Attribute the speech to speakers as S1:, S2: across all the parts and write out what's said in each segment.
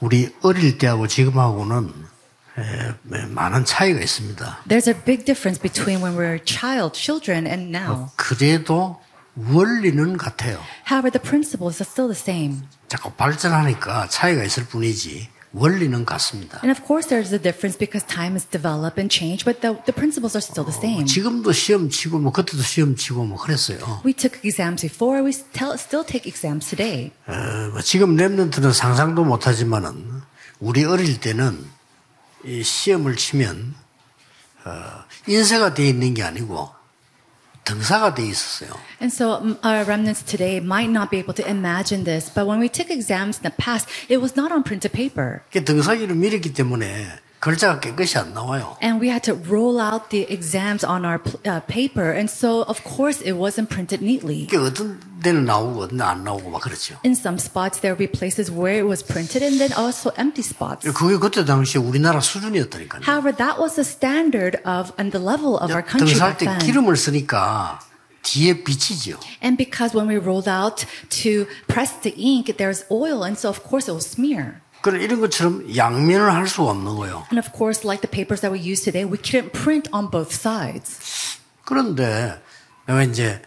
S1: 우리 어릴 때하고 지금하고는 에, 많은 차이가 있습니다.
S2: There's a big difference between when we were child, children, and now.
S1: 그래도 원리는 같아요.
S2: However, the principles are still the same.
S1: 자꾸 발전하니까 차이가 있을 뿐이지 원리는 같습니다.
S2: And of course, there's a difference because time is developed and changed, but the, the principles are still the same.
S1: 지금도 시험 치고 뭐 그때도 시험 치고 뭐 그랬어요.
S2: We took exams before, we still, still take exams today.
S1: 어, 뭐 지금 랩런트는 상상도 못하지만은 우리 어릴 때는 이 시험을 치면 어, 인쇄가 돼 있는 게 아니고 등사가 돼 있었어요.
S2: And so um, our remnants today might not be able to imagine this, but when we took exams in the past, it was not on printed paper.
S1: 그 등사기를 밀었기 때문에 글자가 깨끗이 안 나와요.
S2: And we had to roll out the exams on our pl- uh, paper, and so of course it wasn't printed neatly.
S1: 이게 어떤 데는 나오고 어떤 데는 안 나오고 막 그렇죠. 그랬죠.
S2: In some spots, there would be places where it was printed and then also empty spots.
S1: 그게 그때 당시에 우리나라 수준이었다니까요.
S2: However, that was the standard of and the level of our country
S1: 등사할
S2: back
S1: 때
S2: then.
S1: 기름을 쓰니까 뒤에 비치죠.
S2: And because when we rolled out to press the ink, there's oil, and so of course it will smear.
S1: 그런 이런 것처럼 양면을 할 수가 없는 거예요.
S2: And of course, like the papers that we use today, we couldn't print on both sides.
S1: 그런데 내가 이제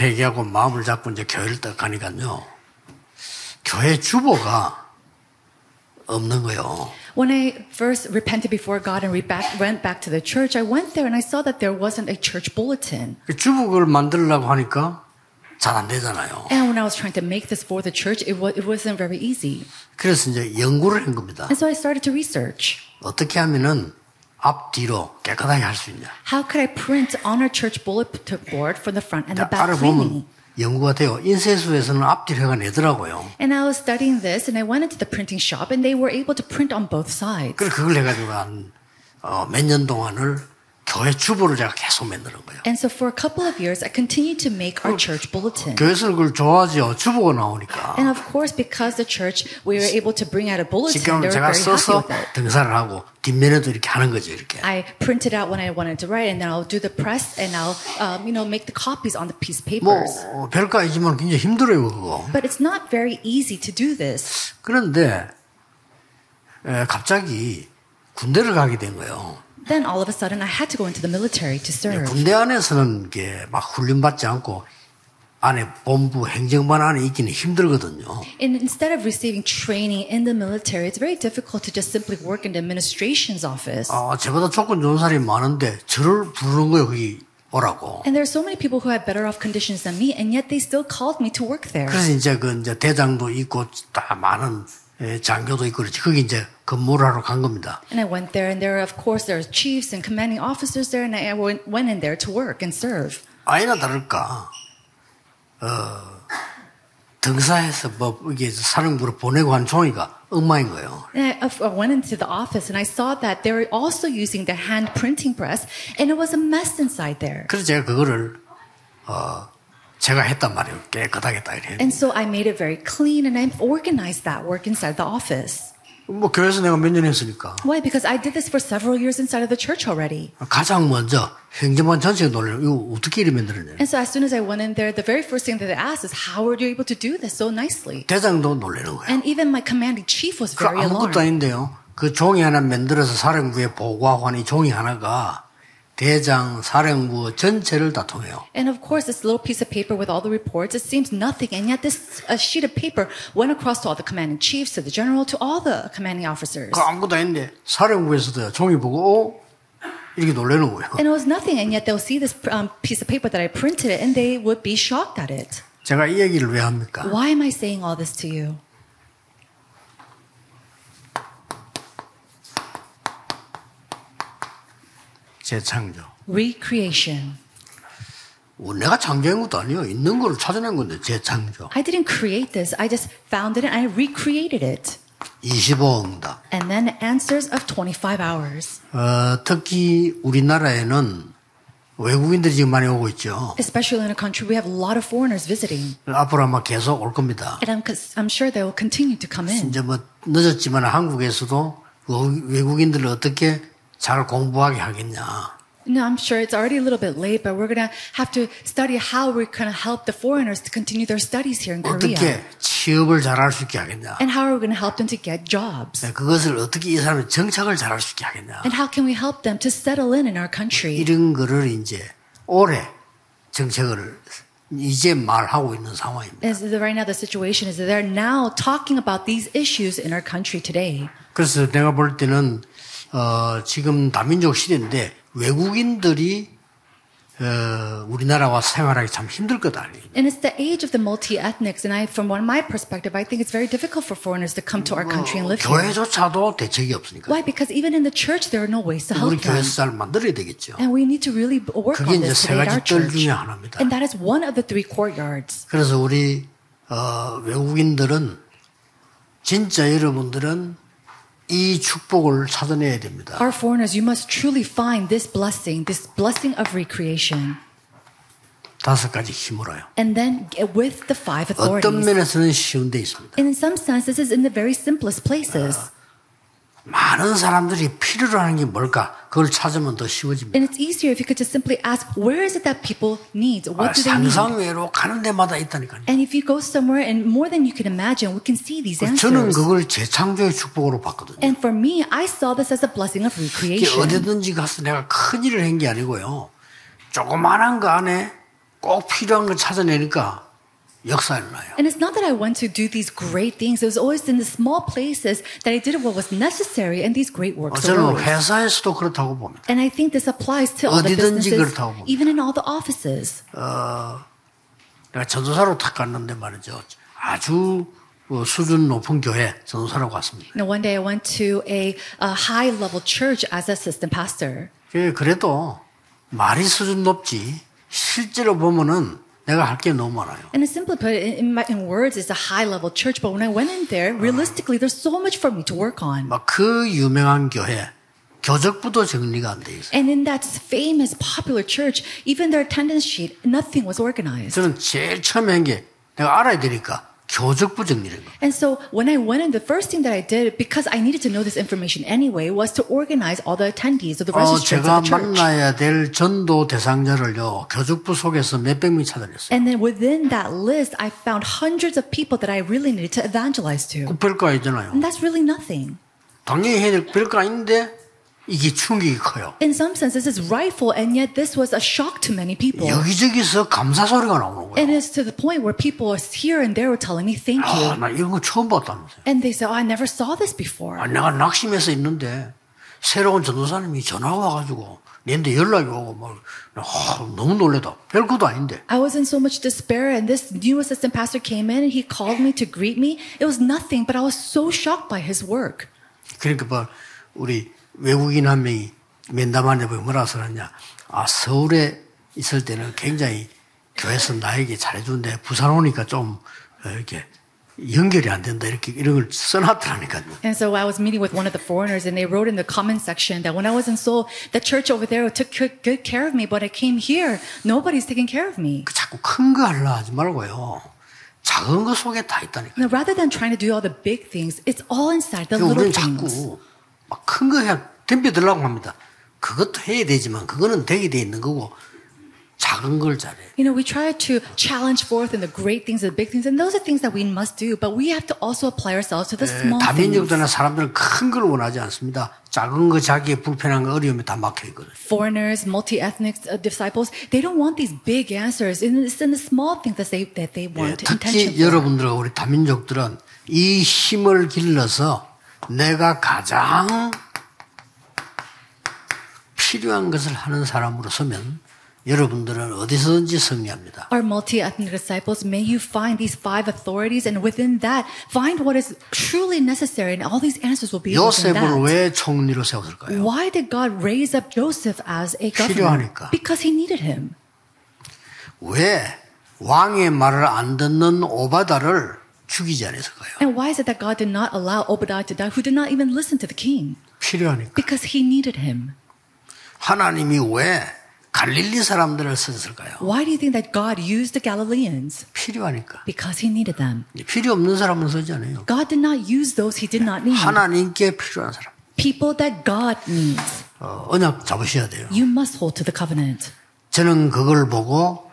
S1: 회개하고 마음을 잡고 이제 교회를 딱 가니까요. 교회 주보가 없는 거예요.
S2: When I first repented before God and re- back, went back to the church, I went there and I saw that there wasn't a church bulletin.
S1: 그 주보를 만들려고 하니까 잘 안 되잖아요.
S2: And when I was trying to make this for the church, it, wa- it wasn't very easy.
S1: 그래서 이제 연구를 한 겁니다.
S2: And so I started to research.
S1: 어떻게 하면은 앞뒤로 깨끗하게 할 수 있냐.
S2: How could I print on our church bulletin board from the front and the back
S1: 알아보면
S2: freely?
S1: 연구가 돼요. 인쇄소에서는 앞뒤로 해가내더라고요.
S2: And I was studying this and I went into the printing shop and they were able to print on both sides.
S1: 그래서 그걸 해가지고 한 몇 년 동안을 교회 주보를 제가 계속 만드는 거예요.
S2: And so for a couple of years, I continued to make our church bulletin.
S1: 교회에서는 그걸 좋아하죠. 주보가 나오니까.
S2: And of course, because the church, we were able to bring out a bulletin, they
S1: 지금
S2: were
S1: 제가
S2: very happy
S1: 써서
S2: with it. 아,
S1: 등산을 하고 뒷면에도 이렇게 하는 거죠. 이렇게.
S2: I printed out when I wanted to write, and then I'll do the press, and I'll, um, you know, make the copies on the piece of
S1: 뭐
S2: papers.
S1: 어, 별거 아니지만 굉장히 힘들어요 그거.
S2: But it's not very easy to do this.
S1: 그런데 에, 갑자기 군대를 가게 된 거예요.
S2: Then all of a sudden, I had to go into the military to serve.
S1: 군대 안에서는 이게 막 훈련받지 않고 안에 본부 행정반 안에 있기는 힘들거든요.
S2: And instead of receiving training in the military, it's very difficult to just simply work in the administration's office.
S1: 아, 저보다 조건 좋은 사람이 많은데 저를 부르는 거예요. 거기 오라고.
S2: And there are so many people who had better off conditions than me, and yet they still called me to work there.
S1: 그래서 이제 그 이제 대장도 있고 다 많은 에, 장교도 있고 그렇지. 거기 이제 근무를 하러 간 겁니다.
S2: And I went there, and there, of course, there are chiefs and commanding officers there, and I went, went in there to work and serve.
S1: 아이나 다를까, 어, 등사해서 뭐, 이게 사령부로 보내고 한 종이가 엉망인 거예요.
S2: And I, I went into the office, and I saw that they were also using the hand printing press, and it was a mess inside there.
S1: 그래서 제가 그거를, 어, 제가 했단 말이에요. 깨끗하게 딱 이래.
S2: And so I made it very clean, and I organized that work inside the office.
S1: 뭐, 교회에서 내가 몇 년 했으니까.
S2: Why? Because I did this for several years inside of the church already.
S1: 가장 먼저 행정관 전체가 놀래요. 이거 어떻게 이리 만들었냐.
S2: And so as soon as I went in there, the very first thing that they asked is, "How were you able to do this so nicely?"
S1: 대장도 놀래는 거예요.
S2: And even my commanding chief was
S1: 그
S2: very alarmed.
S1: 아무것도 아닌데요. 그 종이 하나 만들어서 사령부에 보고하고 하는 이 종이 하나가 대장, 사령부 전체를 다 통해요.
S2: And of course, this little piece of paper with all the reports, it seems nothing. And yet, this uh sheet of paper went across to all the commanding chiefs, to the general, to all the commanding officers.
S1: 그 아무것도 아닌데 사령부에서도 종이 보고 어? 이렇게 놀래는 거예요.
S2: And it was nothing. And yet, they'll see this um, piece of paper that I printed it, and they would be shocked at it.
S1: 제가 이 얘기를 왜 합니까?
S2: Why am I saying all this to you?
S1: 재창조.
S2: Recreation.
S1: 어, 내가 창조한 것도 아니에요. 있는 거를 찾아낸 건데 재창조.
S2: I didn't create this. I just found it and I recreated it.
S1: 25응답.
S2: And then answers of 25 hours.
S1: 어, 특히 우리나라에는 외국인들이 지금 많이 오고 있죠.
S2: Especially in a country, we have a lot of foreigners visiting.
S1: 앞으로 아마 계속 올 겁니다.
S2: And I'm, I'm sure they will continue to come in.
S1: 이제 뭐 늦었지만 한국에서도 그 외국인들을 어떻게 잘 공부하게 하겠냐.
S2: No, I'm sure it's already a little bit late, but we're going to have to study how we're going to help the foreigners to continue their studies here in Korea.
S1: 어떻게 취업을 잘할 수 있게 하겠냐.
S2: And how are we going to help them to get jobs?
S1: 네, 그것을 어떻게 이 사람이 정착을 잘할 수 있게 하겠냐.
S2: And how can we help them to settle in in our country?
S1: 이런 거를 이제 올해 정책을 이제 말하고 있는 상황입니다.
S2: As the, right now, the situation is that they're now talking about these issues in our country today.
S1: 그래서 내가 볼 때는 어, 지금 다민족 시대인데 외국인들이 어, 우리나라와 생활하기 참 힘들 거다.
S2: And it's the age of the multi-ethnics, and I, from one my perspective, I think it's very difficult for foreigners to come to our country and live here.
S1: 교회조차도 대책이 없으니까
S2: Why? Because even in the church, there are no ways to
S1: 우리
S2: help them.
S1: 교회에서 잘 만들어야 되겠죠.
S2: And we need to really b- work
S1: 그게
S2: on
S1: 이제
S2: this
S1: 세
S2: today at our
S1: 가지 뜰
S2: church.
S1: 중에 하나입니다.
S2: And that is one of the three courtyards.
S1: 그래서 우리 어, 외국인들은 진짜 여러분들은 이 축복을 찾아내야 됩니다.
S2: Our foreigners, you must truly find this blessing, this blessing of recreation.
S1: 다섯 가지 힘으로요.
S2: And then g- with the five
S1: 어떤
S2: authorities.
S1: 면에서는 쉬운 데 있습니다.
S2: And in some sense, this is in the very simplest places.
S1: 많은 사람들이 필요로 하는 게 뭘까? 그걸 찾으면 더 쉬워집니다.
S2: And it's easier if you could just simply ask, where is it that people
S1: 아,
S2: need? What do they need?
S1: 상상외로 가는 데마다 있다니까요.
S2: And if you go somewhere and more than you can imagine, we can see these
S1: 저는
S2: answers.
S1: 그걸 재창조의 축복으로 봤거든요.
S2: And for me, I saw this as a blessing of
S1: 이게
S2: recreation.
S1: 어디든지 가서 내가 큰 일을 한 게 아니고요. 조그만한 거 안에 꼭 필요한 걸 찾아내니까 역사 일어나요.
S2: And it's not that I went to do these great things. It was always in the small places that I did what was necessary and these great
S1: 어,
S2: works
S1: 저는
S2: arose.
S1: 회사에서도 그렇다고 봅니다.
S2: And I think this applies to all the
S1: 어디든지
S2: businesses,
S1: 그렇다고 봅니다.
S2: even in all the offices.
S1: 내가 전도사로 탁 갔는데 말이죠. 아주 어, 수준 높은 교회 전도사로 갔습니다.
S2: Now, one day I went to a, a high level church as assistant pastor.
S1: 그- 그래도 말이 수준 높지 실제로 보면은 내가 할 게 너무 많아요.
S2: And it's simply put, in, in, my, in words, it's a high level church. But when I went in there, realistically, there's so much for me to work on.
S1: 막 그 유명한 교회 교적부도 정리가 안 돼 있어요.
S2: And in that famous popular church, even their attendance sheet, nothing was organized.
S1: 저는 제일 처음에 한 게 내가 알아야 되니까 교적부 정리를 거.
S2: And so when I went in, the first thing that I did, because I needed to know this information anyway, was to organize all the attendees or the
S1: 어,
S2: registrants
S1: Oh, 제가
S2: of the 그 church.
S1: 만나야 될 전도 대상자를요 교적부 속에서 몇백 명 찾아냈어요.
S2: And then within that list, I found hundreds of people that I really needed to evangelize to.
S1: 그 별거 아니잖아요.
S2: And that's really nothing.
S1: 당연히 해야 될 별거 아닌데 이게 충격이 커요.
S2: In some sense, this is rightful, and yet this was a shock to many people.
S1: 여기저기서 감사 소리가 나오는 거예요.
S2: And it's to the point where people were here and there were telling me thank
S1: 아,
S2: you.
S1: 나 이런 거 처음 봤다면서요.
S2: And they said, oh, I never 사w this before.
S1: 아, 내가 낙심해서 있는데 새로운 전도사님이 전화가 와가지고 내한테 연락이 오고 막 아, 너무 놀래다. 별것도 아닌데.
S2: I was in so much despair, and this new assistant pastor came in and he called me to greet me. It was nothing, but I was so shocked by his work.
S1: 그러니까 뭐 우리 외국인 한 명이 면담하는데 보면 뭐라 그러냐. 아 서울에 있을 때는 굉장히 교회에서 나에게 잘해주는데 부산 오니까 좀 어, 이렇게 연결이 안 된다 이렇게 이런 걸 써놨더라니까요.
S2: And so I was meeting with one of the foreigners, and they wrote in the comment section that when I was in Seoul, the church over there took good- good care of me, but I came here, nobody's taking care of me.
S1: 그 자꾸 큰 거 하려 하지 말고요. 작은 거 속에 다 있다니까.
S2: Now, rather than trying to do all the big things, it's all inside the little
S1: 우리는
S2: things.
S1: 자꾸 큰 거 해야 덤벼들라고 합니다. 그것도 해야 되지만 그거는 되게 돼 있는 거고 작은 걸 잘해.
S2: You know, we try to challenge forth in the great things, the big things, and those are things that we must do, but we have to also apply ourselves to the
S1: Eh,
S2: small things.
S1: 예, 다민족들이나 사람들은 큰 걸 원하지 않습니다. 작은 거 자기의 불편한 거 어려움에 다 막혀 있거든요.
S2: Foreigners, multi-ethnic uh, disciples, they don't want these big answers. And It's in the small things that they, that they
S1: 예,
S2: want intention
S1: 특히
S2: for.
S1: 여러분들과 우리 다민족들은 이 힘을 길러서 내가 가장 필요한 것을 하는 사람으로 서면 여러분들은 어디서든지 승리합니다.
S2: Our multi-ethnic disciples, may you find these five authorities, and within that, find what is truly necessary, and all these answers will be
S1: 요셉을
S2: within that.
S1: 왜 총리로 세웠을까요?
S2: Why did God raise up Joseph as a governor?
S1: 필요하니까.
S2: Because he needed him.
S1: 왜 왕의 말을 안 듣는 오바다를 죽이지 않았을까요?
S2: And why is it that God did not allow Obadiah to die, who did not even listen to the king?
S1: 필요하니까.
S2: Because he needed him.
S1: 하나님이 왜 갈릴리 사람들을 썼을까요?
S2: Why do you think that God used the Galileans?
S1: 필요하니까.
S2: Because he needed them.
S1: 필요 없는 사람은 쓰지 않아요.
S2: God did not use those he did not need.
S1: 하나님께 필요한 사람.
S2: People that God needs.
S1: 어, 언약 잡으셔야 돼요.
S2: You must hold to the covenant.
S1: 저는 그걸 보고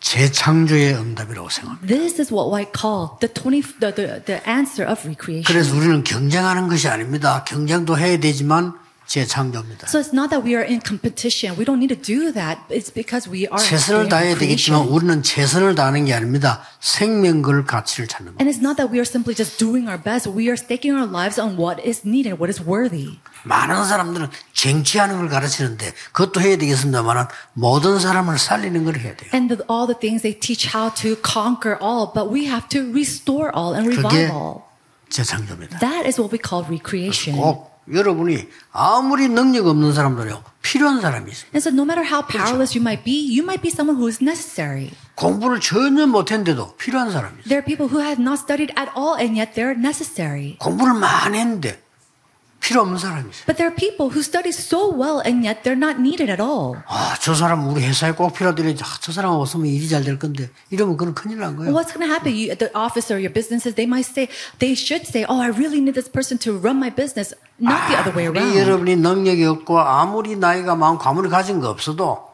S1: 재창조의 응답이라고 생각합니다.
S2: This is what I call the 20, the, the, the answer of recreation.
S1: 그래서 우리는 경쟁하는 것이 아닙니다. 경쟁도 해야 되지만 재창조입니다.
S2: So it's not that we are in competition. We don't need to do that. It's because we are
S1: 최선을 다해야 되겠지만
S2: creation.
S1: 우리는 최선을 다하는 게 아닙니다. 생명 걸 가치를 찾는 겁니다.
S2: And it's not that we are simply just doing our best. We are staking our lives on what is needed, what is worthy.
S1: 많은 사람들은 쟁취하는 걸 가르치는데 그것도 해야 되겠습니다만 모든 사람을 살리는 걸 해야 돼요.
S2: And the, all the things they teach how to conquer all, but we have to restore all and revive
S1: 그게
S2: all.
S1: 재창조입니다.
S2: That is what we call recreation.
S1: 꼭 여러분이 아무리 능력 없는 사람들이요 필요한 사람이 있어요.
S2: And so, no matter how powerless you might be, you might be someone who is necessary.
S1: 공부를 전혀 못했는데도 필요한 사람이 있어요.
S2: There are people who have not studied at all, and yet they're necessary.
S1: 공부를 많이 했는데 필요 없는 사람이 있어요.
S2: But there are people who study so well, and yet they're not needed at all.
S1: 아, 저 사람 우리 회사에 꼭 필요하더니 아, 저 사람 없으면 일이 잘 될 건데 이러면 그건 큰일 난 거예요.
S2: What's going to happen? You, the office or your businesses, they might say, they should say, oh, I really need this person to run my business, not the other way
S1: 우리
S2: around.
S1: 여러분이 능력이 없고 아무리 나이가 많고 가문이 가진 거 없어도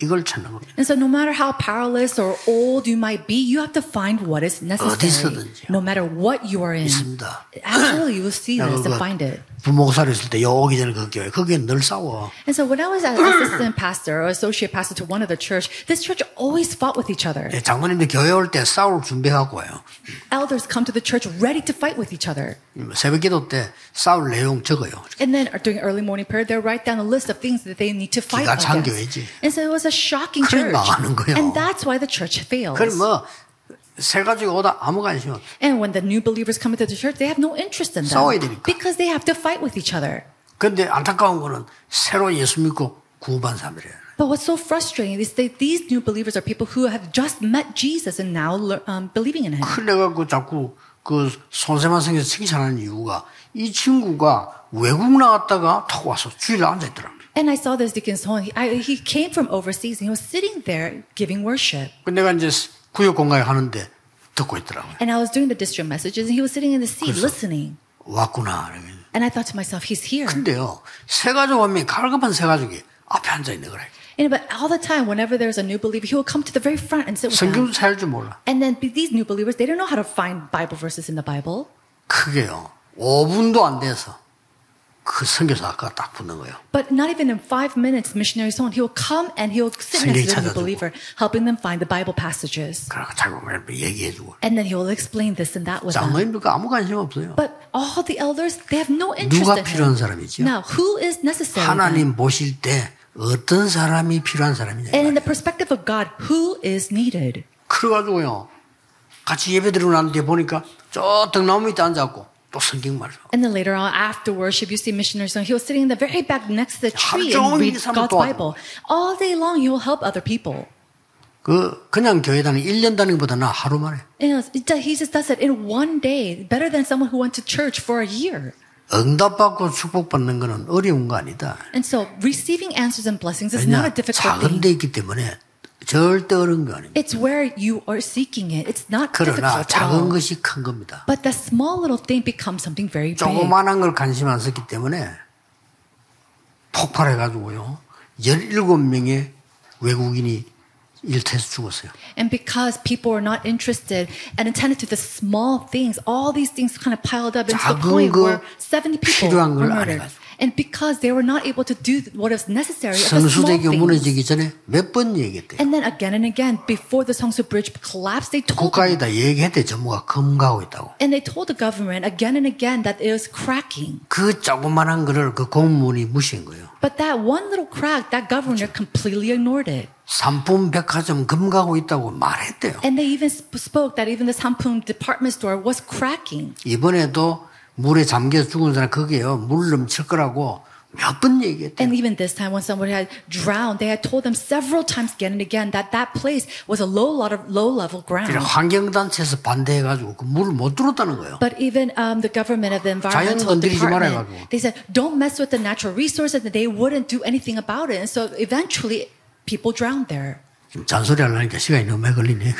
S1: 이걸 찾는 겁니다.
S2: And so, no matter how powerless or old you might be, you have to find what is necessary.
S1: 어디서든지요.
S2: No matter what you are in.
S1: 있습니다.
S2: Absolutely, you will see
S1: 내가
S2: this
S1: 그거
S2: and find it.
S1: 부목사로 있을 때 여기 전에 그 교회 거기에 늘 싸워.
S2: And so, when I was an assistant pastor or associate pastor to one other church, this church always fought with each other.
S1: 예, 장모님들 교회 올 때 싸울 준비하고 와요.
S2: Elders come to the church ready to fight with each other.
S1: 음, 새벽 기도 때 싸울 내용 적어요.
S2: And then during early morning prayer, they write down a list of things that they need to fight
S1: 기가 찬
S2: against.
S1: 교회지.
S2: And so it was a shocking
S1: 그래
S2: church.
S1: 망하는 거예요.
S2: And that's why the church fails.
S1: 그럼 뭐새 가지고 오다 아무 관심 없어.
S2: And when the new believers come into the church, they have no interest in
S1: 싸워야
S2: them
S1: 되니까.
S2: because they have to fight with each other.
S1: 근데 안타까운 거는 새로 예수 믿고 구반 사람이래요.
S2: But what's so frustrating is that these new believers are people who have just met Jesus and now lear- um, believing in him.
S1: 그래갖고 자꾸 그 손세만 생겨서 칭찬하는 이유가 이 친구가 외국 나갔다가 탁 와서 주일에 앉아있더라.
S2: And I saw this Deacon Song. He, I, he came from overseas and he was sitting there giving worship.
S1: 그 내가 이제 구역 공간에 하는데 듣고 있더라고요.
S2: And I was doing the district messages and he was sitting in the seat listening.
S1: 왔구나. 이러면서.
S2: And I thought to myself, he's here.
S1: 근데요, 세 가족 한 명이 갈급한 세 가족이 앞에 앉아 있는 거라.
S2: And but all the time, whenever there's a new believer, he will come to the very front and sit with them.
S1: 성경도 찾을 줄 몰라.
S2: And then be- these new believers, they don't know how to find Bible verses in the Bible.
S1: 그게요, 5분도 안 돼서 그 선교사 아까 딱 붙는 거예요.
S2: But not even in five minutes, missionary Son, he will come and he will sit
S1: 성경이
S2: next to the new
S1: 찾아주고.
S2: believer, helping them find the Bible passages.
S1: 그러니까 자꾸 막 얘기해주고.
S2: And then he will explain this and that with them.
S1: 장모님들과 아무 관심 없어요.
S2: But all the elders, they have no interest
S1: 누가
S2: in
S1: 필요한
S2: him.
S1: 사람이지요?
S2: Now, who is necessary? then?
S1: 하나님 보실 때 어떤 사람이 필요한 사람이냐. 이
S2: And in the
S1: 말이에요.
S2: perspective of God, who is needed?
S1: 그래가지고요. 같이 예배 드리고 난 뒤에 보니까 저 등나무 밑에 앉았고 또 성경 말씀.
S2: And then later on, after worship, you see missionary Song. He was sitting in the very back next to the tree
S1: 종일
S2: and read
S1: 이 사람을
S2: God's
S1: 도와줘.
S2: Bible. All day long, he will help other people.
S1: 그 그냥 교회 다니는 1년 다니기보다는 하루만 에
S2: You know, it's- he just does it in one day, better than someone who went to church for a year.
S1: 응답받고 축복받는 거는 어려운 거 아니다.
S2: And so, receiving answers and blessings is not
S1: 왜냐
S2: a difficult
S1: 작은
S2: thing.
S1: 데 있기 때문에 절대 어려운 거 아닙니다.
S2: It's where you are seeking it. It's not
S1: 그러나
S2: difficult at
S1: 작은
S2: all.
S1: 것이 큰 겁니다.
S2: But that small little thing becomes something very big.
S1: 조그만한 걸 관심 안 썼기 때문에 폭발해가지고요. 17명의 외국인이 일터에서 죽었어요.
S2: And because people are not interested and attended to the small things, all these things kind of piled up into the
S1: 작은
S2: point
S1: 거,
S2: where 70 people were
S1: 필요한 걸안
S2: murdered.
S1: 해가지고.
S2: And because they were not able to do what is necessary, of the small
S1: 성수대교
S2: 아, things.
S1: 무너지기 전에 몇 번 얘기했대요.
S2: And then again and again, before the Songsu Bridge collapsed, they told them,
S1: 국가에다 얘기했대 전부가 검거하고 있다고.
S2: and they told the government again and again that it was cracking.
S1: 그 조그만한 거를 그 공무원이 무시한 거예요.
S2: But that one little crack, that governor completely ignored it.
S1: 상품 백화점 검거하고 있다고 말했대요.
S2: And they even sp- spoke that even the Sampung department store was cracking.
S1: 이번에도 물에 잠겨 죽은 사람 그게요 물 넘칠 거라고 몇 번 얘기했대요.
S2: And even this time, when someone had drowned, they had told them several times again and again that that place was a low lot of low level
S1: 그래서
S2: ground.
S1: 환경단체에서 반대해가지고 그 물을 못 들었다는 거예요.
S2: But even um, the government of the environmental
S1: 건드리지 말아가지고.
S2: department, they said, don't mess with the natural resources, and they wouldn't do anything about it. And so eventually, people drowned there.
S1: 지금 잔소리 하려니까 시간이 너무 많이 걸리네.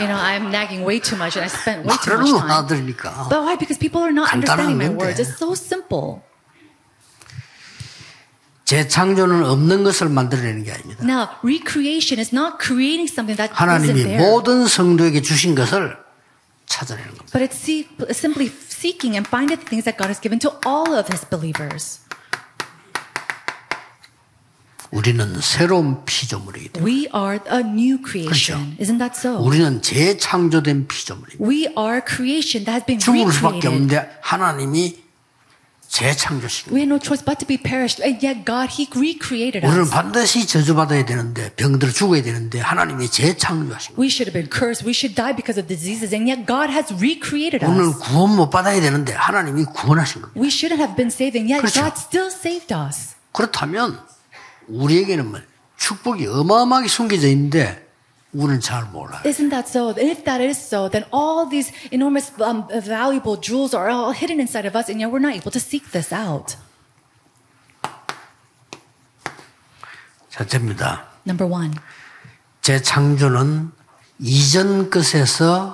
S2: You know, I'm nagging way too much, and I spent way too much
S1: 말을 안
S2: time.
S1: 알아들으니까.
S2: But why? Because people are not understanding my
S1: 건데.
S2: words. It's so simple.
S1: 재창조는 없는 것을 만들어내는 게 아닙니다.
S2: Now, recreation is not creating something that isn't
S1: 하나님이
S2: there,
S1: 모든 성도에게 주신 것을 찾아내는 겁니다.
S2: but it's see, simply seeking and finding the things that God has given to all of His believers.
S1: 우리는 새로운 피조물이기 때문에
S2: We are a new creation. Isn't that so?
S1: 우리는 재창조된 피조물입니다.
S2: We are creation that has been
S1: 죽을 수밖에
S2: recreated.
S1: 없는데 하나님이 재창조신 거예요.
S2: We had no choice but to be perished, and yet God, He recreated
S1: 우리는
S2: us.
S1: 반드시 저주받아야 되는데 병들어 죽어야 되는데 하나님이 재창조하신 거예요.
S2: We should have been cursed. We should die because of diseases, and yet God has recreated
S1: 우리는
S2: us.
S1: 구원 못 받아야 되는데 하나님이 구원하신 겁니다.
S2: We shouldn't have been saved, and yet
S1: 그렇죠.
S2: God still saved us.
S1: 그렇다면 우리에게는 뭐 축복이 어마어마하게 숨겨져 있는데 우리는 잘 몰라요.
S2: Isn't that so? If that is so, then all these enormous, um, valuable jewels are all hidden inside of us, and yet we're not able to seek this out.
S1: 자, 됩니다.
S2: Number one,
S1: 재창조는 이전 것에서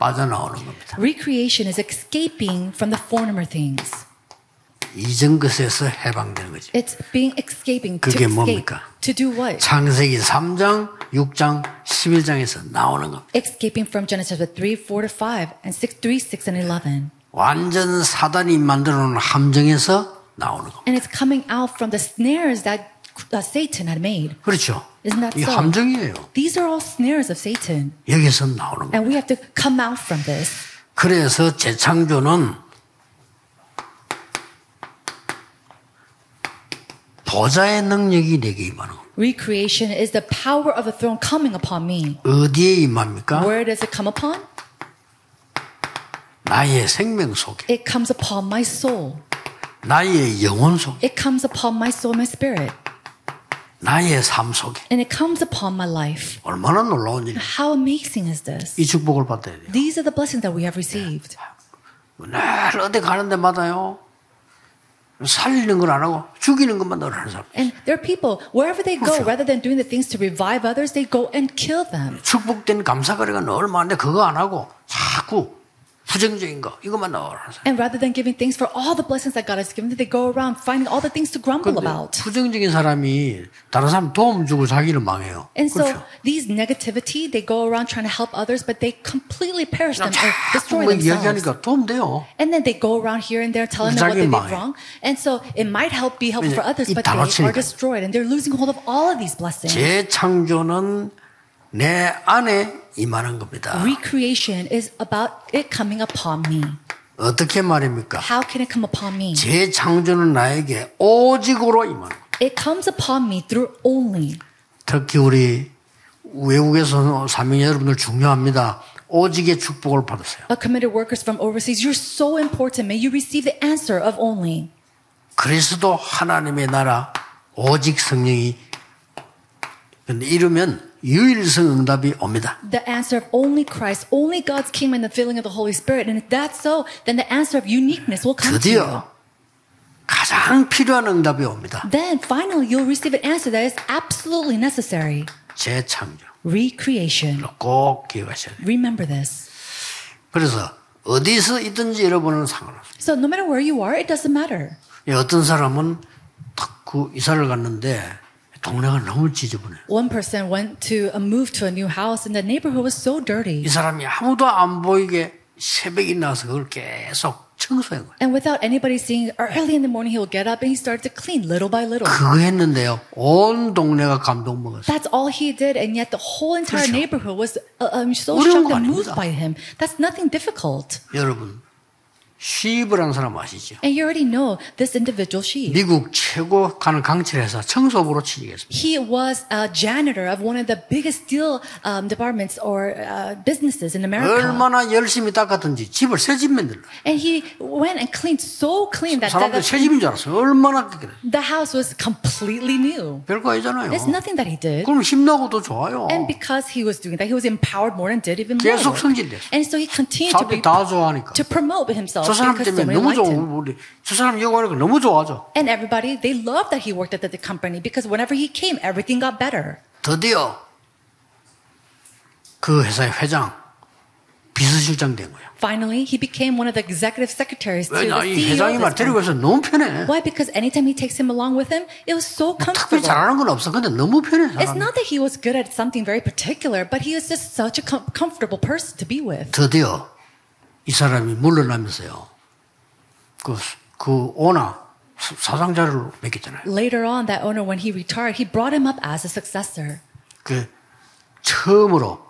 S1: 빠져나오는 겁니다.
S2: recreation is escaping from the former things.
S1: 이전 것에서 해방되는 거죠.
S2: It's being escaping to
S1: 그게
S2: escape
S1: 뭡니까?
S2: to do what?
S1: 창세기 3장, 6장, 11장에서 나오는 겁니다.
S2: Escaping from Genesis with 3, 4 to 5, and 6, 3, 6, and 11.
S1: 완전 사단이 만들어 놓은 함정에서 나오는 겁니다.
S2: And it's coming out from the snares that uh, Satan had made.
S1: 그렇죠?
S2: Isn't that
S1: 이
S2: so?
S1: 함정이에요.
S2: These are all snares of Satan,
S1: 여기서 나오는 겁니다.
S2: and we have to come out from this.
S1: 그래서 재창조는 보좌의 능력이 내게 임하는 겁니다.
S2: Recreation is the power of the throne coming upon me.
S1: 어디에 임합니까?
S2: Where does it come upon?
S1: 나의 생명 속에,
S2: It comes upon my soul.
S1: 나의 영혼 속에,
S2: It comes upon my soul, my spirit,
S1: 나의 삶 속에.
S2: and it comes upon my life.
S1: 얼마나 놀라운 일이
S2: How amazing is this?
S1: 이 축복을 받아야 돼요. 뭐
S2: These are the blessings that we have received.
S1: 늘 어디 가는 데마다요. 살리는 걸 안 하고 죽이는 것만 늘 하는 사람.
S2: And there are people, wherever they go, rather than doing the things to revive others, they go and kill them.
S1: 축복된 감사거리가 늘 많은데 그거 안 하고 자꾸 부정적인 거 이것만 늘 하는 사람.
S2: And rather than giving thanks for all the blessings that God has given, them, they go around finding all the things to grumble
S1: 근데
S2: about.
S1: 부정적인 사람이 다른 사람 도움 주고 자기는 망해요.
S2: And so
S1: 그렇죠.
S2: these negativity, they go around trying to help others, but they completely perish them or
S1: 자꾸
S2: destroy
S1: 뭐
S2: themselves.
S1: 이야기하니까 도움 돼요.
S2: And then they go around here and there telling them what they did
S1: 자기 망해.
S2: wrong. And so it might help be helpful for
S1: 왜냐,
S2: others,
S1: 이
S2: but they
S1: 단어치니까.
S2: are destroyed and they're losing hold of all of these blessings.
S1: 재창조는 내 안에 임하는 겁니다.
S2: Recreation is about it coming upon me.
S1: 어떻게 말입니까?
S2: How can it come upon me?
S1: 재창조는 나에게 오직으로 임하는 겁니다.
S2: It comes upon me through only.
S1: 특히 우리 외국에서 사명 여러분들 중요합니다. 오직의 축복을 받으세요.
S2: Uh, committed workers from overseas, you're so important. May you receive the answer of only.
S1: 그리스도 하나님의 나라 오직 성령이 근데 이러면 유일성 응답이 옵니다.
S2: The answer of only Christ, only God's kingdom and the filling of the Holy Spirit. And if that's so, then the answer of uniqueness will come to you.
S1: 드디어 가장 필요한 응답이 옵니다.
S2: Then finally, you'll receive an answer that is absolutely necessary.
S1: 재창조.
S2: Recreation.
S1: 꼭 기억하셔야 돼요.
S2: Remember this.
S1: 그래서 어디서 있든지 여러분은 상관없어요.
S2: So, no matter where you are, it doesn't matter.
S1: 예, 어떤 사람은 탁구 이사를 갔는데 동네가 너무 지저분해요.
S2: One person went to a move to a new house, and the neighborhood was so dirty.
S1: 이 사람이 아무도 안 보이게 새벽이 나서 그걸 계속 청소한 거예요.
S2: And without anybody seeing, early in the morning he will get up and he started to clean little by little.
S1: 그거 했는데요. 온 동네가 감동 먹었어요.
S2: That's all he did, and yet the whole entire
S1: 그렇죠.
S2: neighborhood was uh, um, so
S1: 어려운
S2: shocked
S1: 거 아닙니다.
S2: and moved by him. That's nothing difficult.
S1: 여러분, 시브란 사람 아시죠?
S2: And you already know this individual, she.
S1: 미국 최고 가는 강철 회사 청소부로 취직했습니다.
S2: He was a janitor of one of the biggest steel um, departments or uh, businesses in America.
S1: 얼마나 열심히 닦았든지 집을 새집 만들러.
S2: And he went and cleaned so clean that, that
S1: 사람들 새집인 줄 알았어요. 얼마나 닦았
S2: the house was completely new.
S1: 별거 아니잖아요.
S2: There's nothing that he did.
S1: 그럼 힘나고 더 좋아요.
S2: And because he was doing that, he was empowered more and did even
S1: Oh.
S2: more.
S1: 계속 성질냈어.
S2: And so he continued to
S1: 사람들이
S2: be
S1: 다 좋아하니까.
S2: to promote himself
S1: 저 사람
S2: because so
S1: 때문에
S2: many
S1: 너무
S2: liked
S1: 좋아.
S2: him.
S1: 우리 저 사람 이거 하니까 너무 좋아져.
S2: And everybody, they loved that he worked at the, the company because whenever he came, everything got better.
S1: 드디어 그 회사의 회장 비서실 부실장 된 거예요.
S2: Finally, he became one of the executive secretaries to the E
S1: 왜냐 이
S2: CEO.
S1: 회장이
S2: of
S1: 막
S2: this
S1: 데리고
S2: company.
S1: 가서 너무 편해.
S2: Why? Because anytime he takes him along with him, it was so
S1: 특별히
S2: comfortable.
S1: 잘하는 건 없어. 근데 너무 편해.
S2: It's
S1: 사람이.
S2: not that he was good at something very particular, but he is just such a com- comfortable person to be with.
S1: 드디어 이 사람이 물러나면서요. 그, 그 오나 사상자를 맡겼잖아요.
S2: Later on, that owner, when he retired, he brought him up as a successor.
S1: 그 처음으로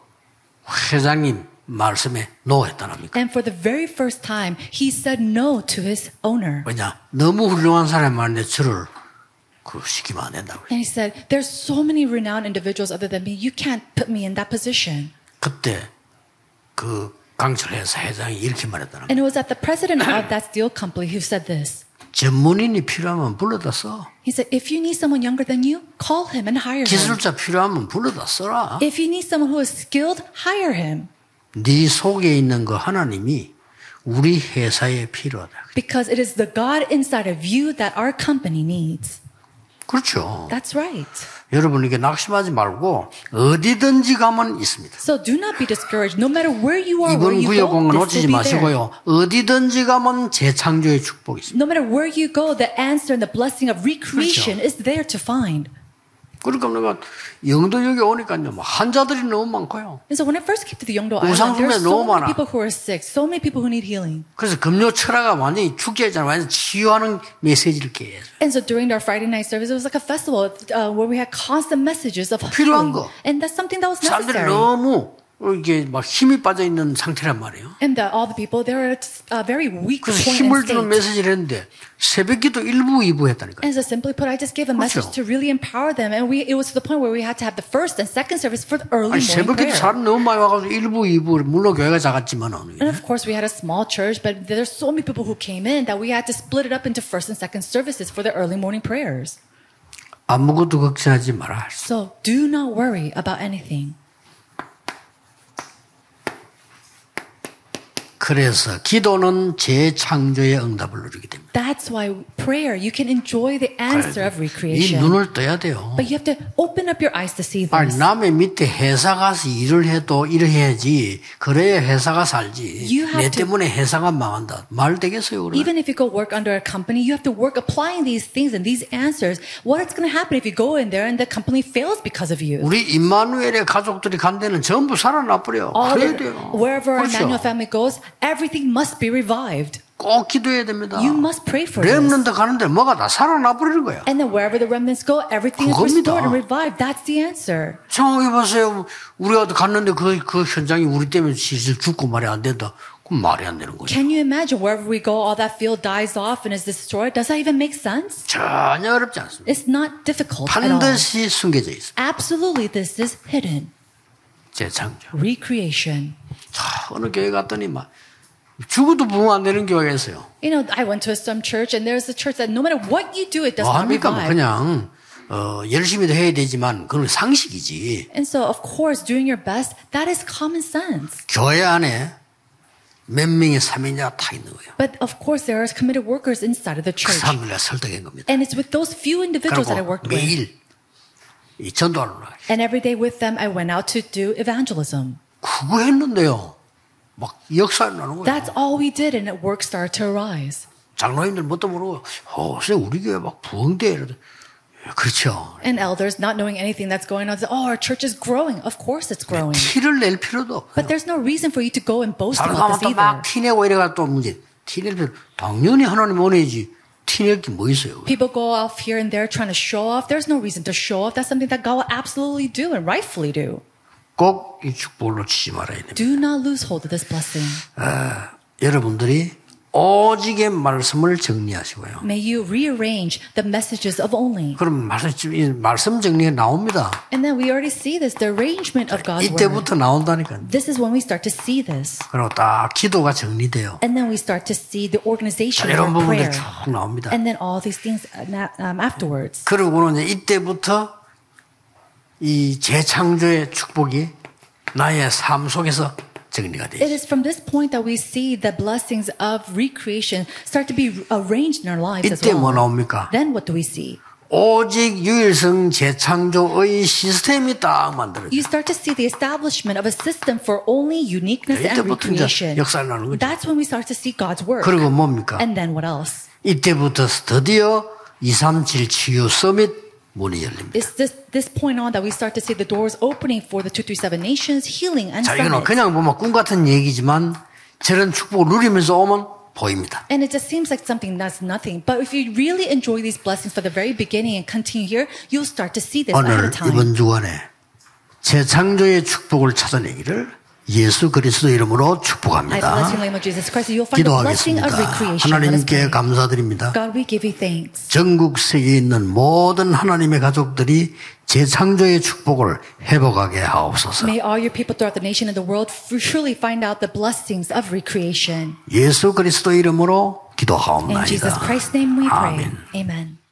S1: 회장님 말씀에 노했다랍니까?
S2: And for the very first time, he said no to his owner.
S1: 왜냐 너무 훌륭한 사람이 많은데 저를 그 시키면 안 된다고요.
S2: And he said, There's so many renowned individuals other than me. You can't put me in that position.
S1: 그때 그 강철회사 회장이 이렇게 말했다는 거예요.
S2: And it was that the president of that steel company who said this.
S1: 전문인이 필요하면 불러다 써.
S2: He said, If you need someone younger than you, call him and hire him.
S1: 기술자 필요하면 불러다 써라.
S2: If you need someone who is skilled, hire him.
S1: 네 속에 있는 그 하나님이 우리 회사에 필요하다.
S2: Because it is the God inside of you that our company needs.
S1: 그렇죠.
S2: That's right.
S1: 여러분 이게 낙심하지 말고 어디든지 가면 있습니다.
S2: So do not be discouraged. No matter where you are,
S1: 어, 이번
S2: where you
S1: 구역공은
S2: go,
S1: 놓치지
S2: this will be there.
S1: 마시고요. 어디든지 가면 재창조의 축복이 있습니다.
S2: No matter where you go, the answer and the blessing of recreation is there to find.
S1: 그러니까 내가 영도역에 오니까요. 뭐 환자들이 너무 많고요.
S2: And so when I first came to the Yongdo Island, there
S1: 우상숭배
S2: are so
S1: 너무 많아.
S2: many people who are sick, so many people who need healing.
S1: 그래서 금요 철화가 완전히 축제잖아요. 완전 치유하는 메시지를 계속.
S2: And so during our Friday night service, it was like a festival uh, where we had constant messages of
S1: 필요한
S2: healing.
S1: 거.
S2: And that's something that was
S1: 사람들이
S2: necessary.
S1: 너무 이게 막 힘이 빠져 있는 상태란 말이에요.
S2: And that all the people, they were at a very weak
S1: 그래서
S2: point in
S1: 힘을 음, 주는
S2: state.
S1: 메시지를 했는데 새벽기도 1부, 2부 했다니까요.
S2: And so simply put, I just gave a message to really empower them. And we, it was to the point where we had to have the first and second service for the
S1: 아니
S2: early
S1: 새벽기도
S2: morning prayer.
S1: 사람 너무 많이 와가지고 1부, 2부 물론 교회가 작았지만은
S2: And of course, we had a small church, but there's so many people who came in that we had to split it up into first and second services for the early morning prayers.
S1: 아무것도 걱정하지 마라.
S2: So do not worry about anything.
S1: 그래서 기도는 재창조의 응답을 누리게 됩니다.
S2: That's why prayer, you can enjoy the answer of
S1: 이
S2: recreation.
S1: 눈을 떠야 돼요.
S2: But you have to open up your eyes to see
S1: 아니,
S2: this.
S1: 남의 밑에 회사 가서 일을 해도 일을 해야지. 그래야 회사가 살지.
S2: You have
S1: 내
S2: to-
S1: 때문에 회사가 망한다. 말 되겠어요, 그러면?
S2: Even if you go work under a company, you have to work applying these things and these answers. What's going to happen if you go in there and the company fails because of you?
S1: 우리 임마누엘의 가족들이 간 데는 전부 살아나버려.
S2: All
S1: 그래야
S2: the,
S1: 돼요.
S2: wherever our Emmanuel
S1: 그렇죠.
S2: family goes, everything must be revived.
S1: 꼭 기도해야 됩니다.
S2: You must pray for this.
S1: 렘런드 가는데 뭐가 다 살아나버리는 거야.
S2: And then wherever the remnants go, everything is
S1: 그겁니다.
S2: restored and revived. That's the answer.
S1: 생각해보세요. 우리가 갔는데 그, 그 현장이 우리 때문에 실실 죽고 말이 안 된다. 그럼 말이 안 되는 거죠.
S2: Can you imagine wherever we go, all that field dies off and is destroyed? Does that even make sense?
S1: 전혀 어렵지 않습니다.
S2: It's not difficult at all.
S1: 반드시 숨겨져 있어요.
S2: Absolutely, this is hidden
S1: 재창조.
S2: recreation.
S1: 자, 어느 교회 갔더니 막 죽어도 부흥 안 되는 교회가 있어요.
S2: You know, I went to some church, and there's a church that no matter what you do, it does
S1: 뭐
S2: not
S1: 합니까? 뭐
S2: revive.
S1: 그냥 어, 열심히도 해야 되지만 그건 상식이지.
S2: And so, of course, doing your best, that is common sense.
S1: 교회 안에 몇 명의 사명자가 다 있는 거예요.
S2: But of course, there are committed workers inside of the
S1: 그
S2: church.
S1: 사람들을 설득한 겁니다.
S2: And it's with those few individuals that I
S1: 네, 그리고
S2: worked with.
S1: 매일 이 전도하러 나가요.
S2: And every day with them, I went out to do evangelism.
S1: 그거 했는데요. 막 역사 나는 거예요.
S2: That's all we did, and work started to arise.
S1: 장로님들 뭣도 모르고 어, 글쎄 우리 교회 막 부흥대 이러더니 예, 그렇죠.
S2: And elders, not knowing anything that's going on, said, Oh, our church is growing. Of course, it's growing.
S1: 티를 낼 필요도 없고
S2: But there's no reason for you to go and boast
S1: 다른 사람
S2: about this either.
S1: 또막티 내고 이래가 또 문제. 티 낼 필요 당연히 하나님 원해야지. 티낼 게 뭐 있어요.
S2: People go off here and there trying to show off. There's no reason to show off. That's something that God will absolutely do and rightfully do.
S1: 꼭 이 축복을 놓치지 말아야 됩니다.
S2: Do not lose hold of this blessing.
S1: 여러분들이 오직의 말씀을 정리하시고요.
S2: May you rearrange the messages of only.
S1: 그럼 말씀, 이 말씀 정리가 나옵니다.
S2: And then we already see this, the arrangement of God's word.
S1: 이때부터 나온다니까요.
S2: This is when we start to see this.
S1: 그리고 딱 기도가 정리돼요.
S2: And then we start to see the organization of
S1: 이런
S2: our
S1: 부분들
S2: 그렇죠. prayer.
S1: 쭉 나옵니다.
S2: And then all these things uh, na- um, afterwards.
S1: 그리고는 이제 이때부터 이 재창조의 축복이 나의 삶 속에서 정리가 돼요.
S2: It is from this point that we see the blessings of recreation start to be arranged in our lives as
S1: 이때 뭐
S2: well.
S1: 나옵니까?
S2: Then what do we see?
S1: 오직 유일성 재창조의 시스템이 딱 만들어져.
S2: You start to see the establishment of a system for only uniqueness and
S1: 이때부터 이제
S2: recreation.
S1: 역사를 나는 거죠.
S2: That's when we start to see God's work.
S1: 그리고 뭡니까?
S2: And then what else?
S1: 이때부터 드디어 237 치유 서밋 문이 열립니다.
S2: It's this, this point on that we start to see the doors opening for the 237 nations, healing and
S1: 자, 이거는
S2: summit.
S1: 그냥 보면 꿈 같은 얘기지만 저런 축복을 누리면서 오면 보입니다.
S2: And it just seems like something that's nothing. But if you really enjoy these blessings from the very beginning and continue here, you'll start to see this ahead
S1: 오늘
S2: of time.
S1: 이번 주간에 재창조의 축복을 찾아내기를 예수 그리스도 이름으로
S2: I bless you in
S1: 축복합니다.
S2: the name of Jesus Christ. You'll find the blessing
S1: 기도하겠습니다.
S2: of recreation. Let us
S1: 하나님께
S2: pray.
S1: 감사드립니다.
S2: God, we give you thanks.
S1: 전국 세계에 있는 모든 하나님의 가족들이 재창조의 축복을 회복하게 하옵소서.
S2: May all your people throughout the nation and the world surely find out the blessings of recreation.
S1: 예수 그리스도 이름으로
S2: In Jesus
S1: 기도하옵나이다.
S2: Christ's name we pray.
S1: 아멘.
S2: Amen.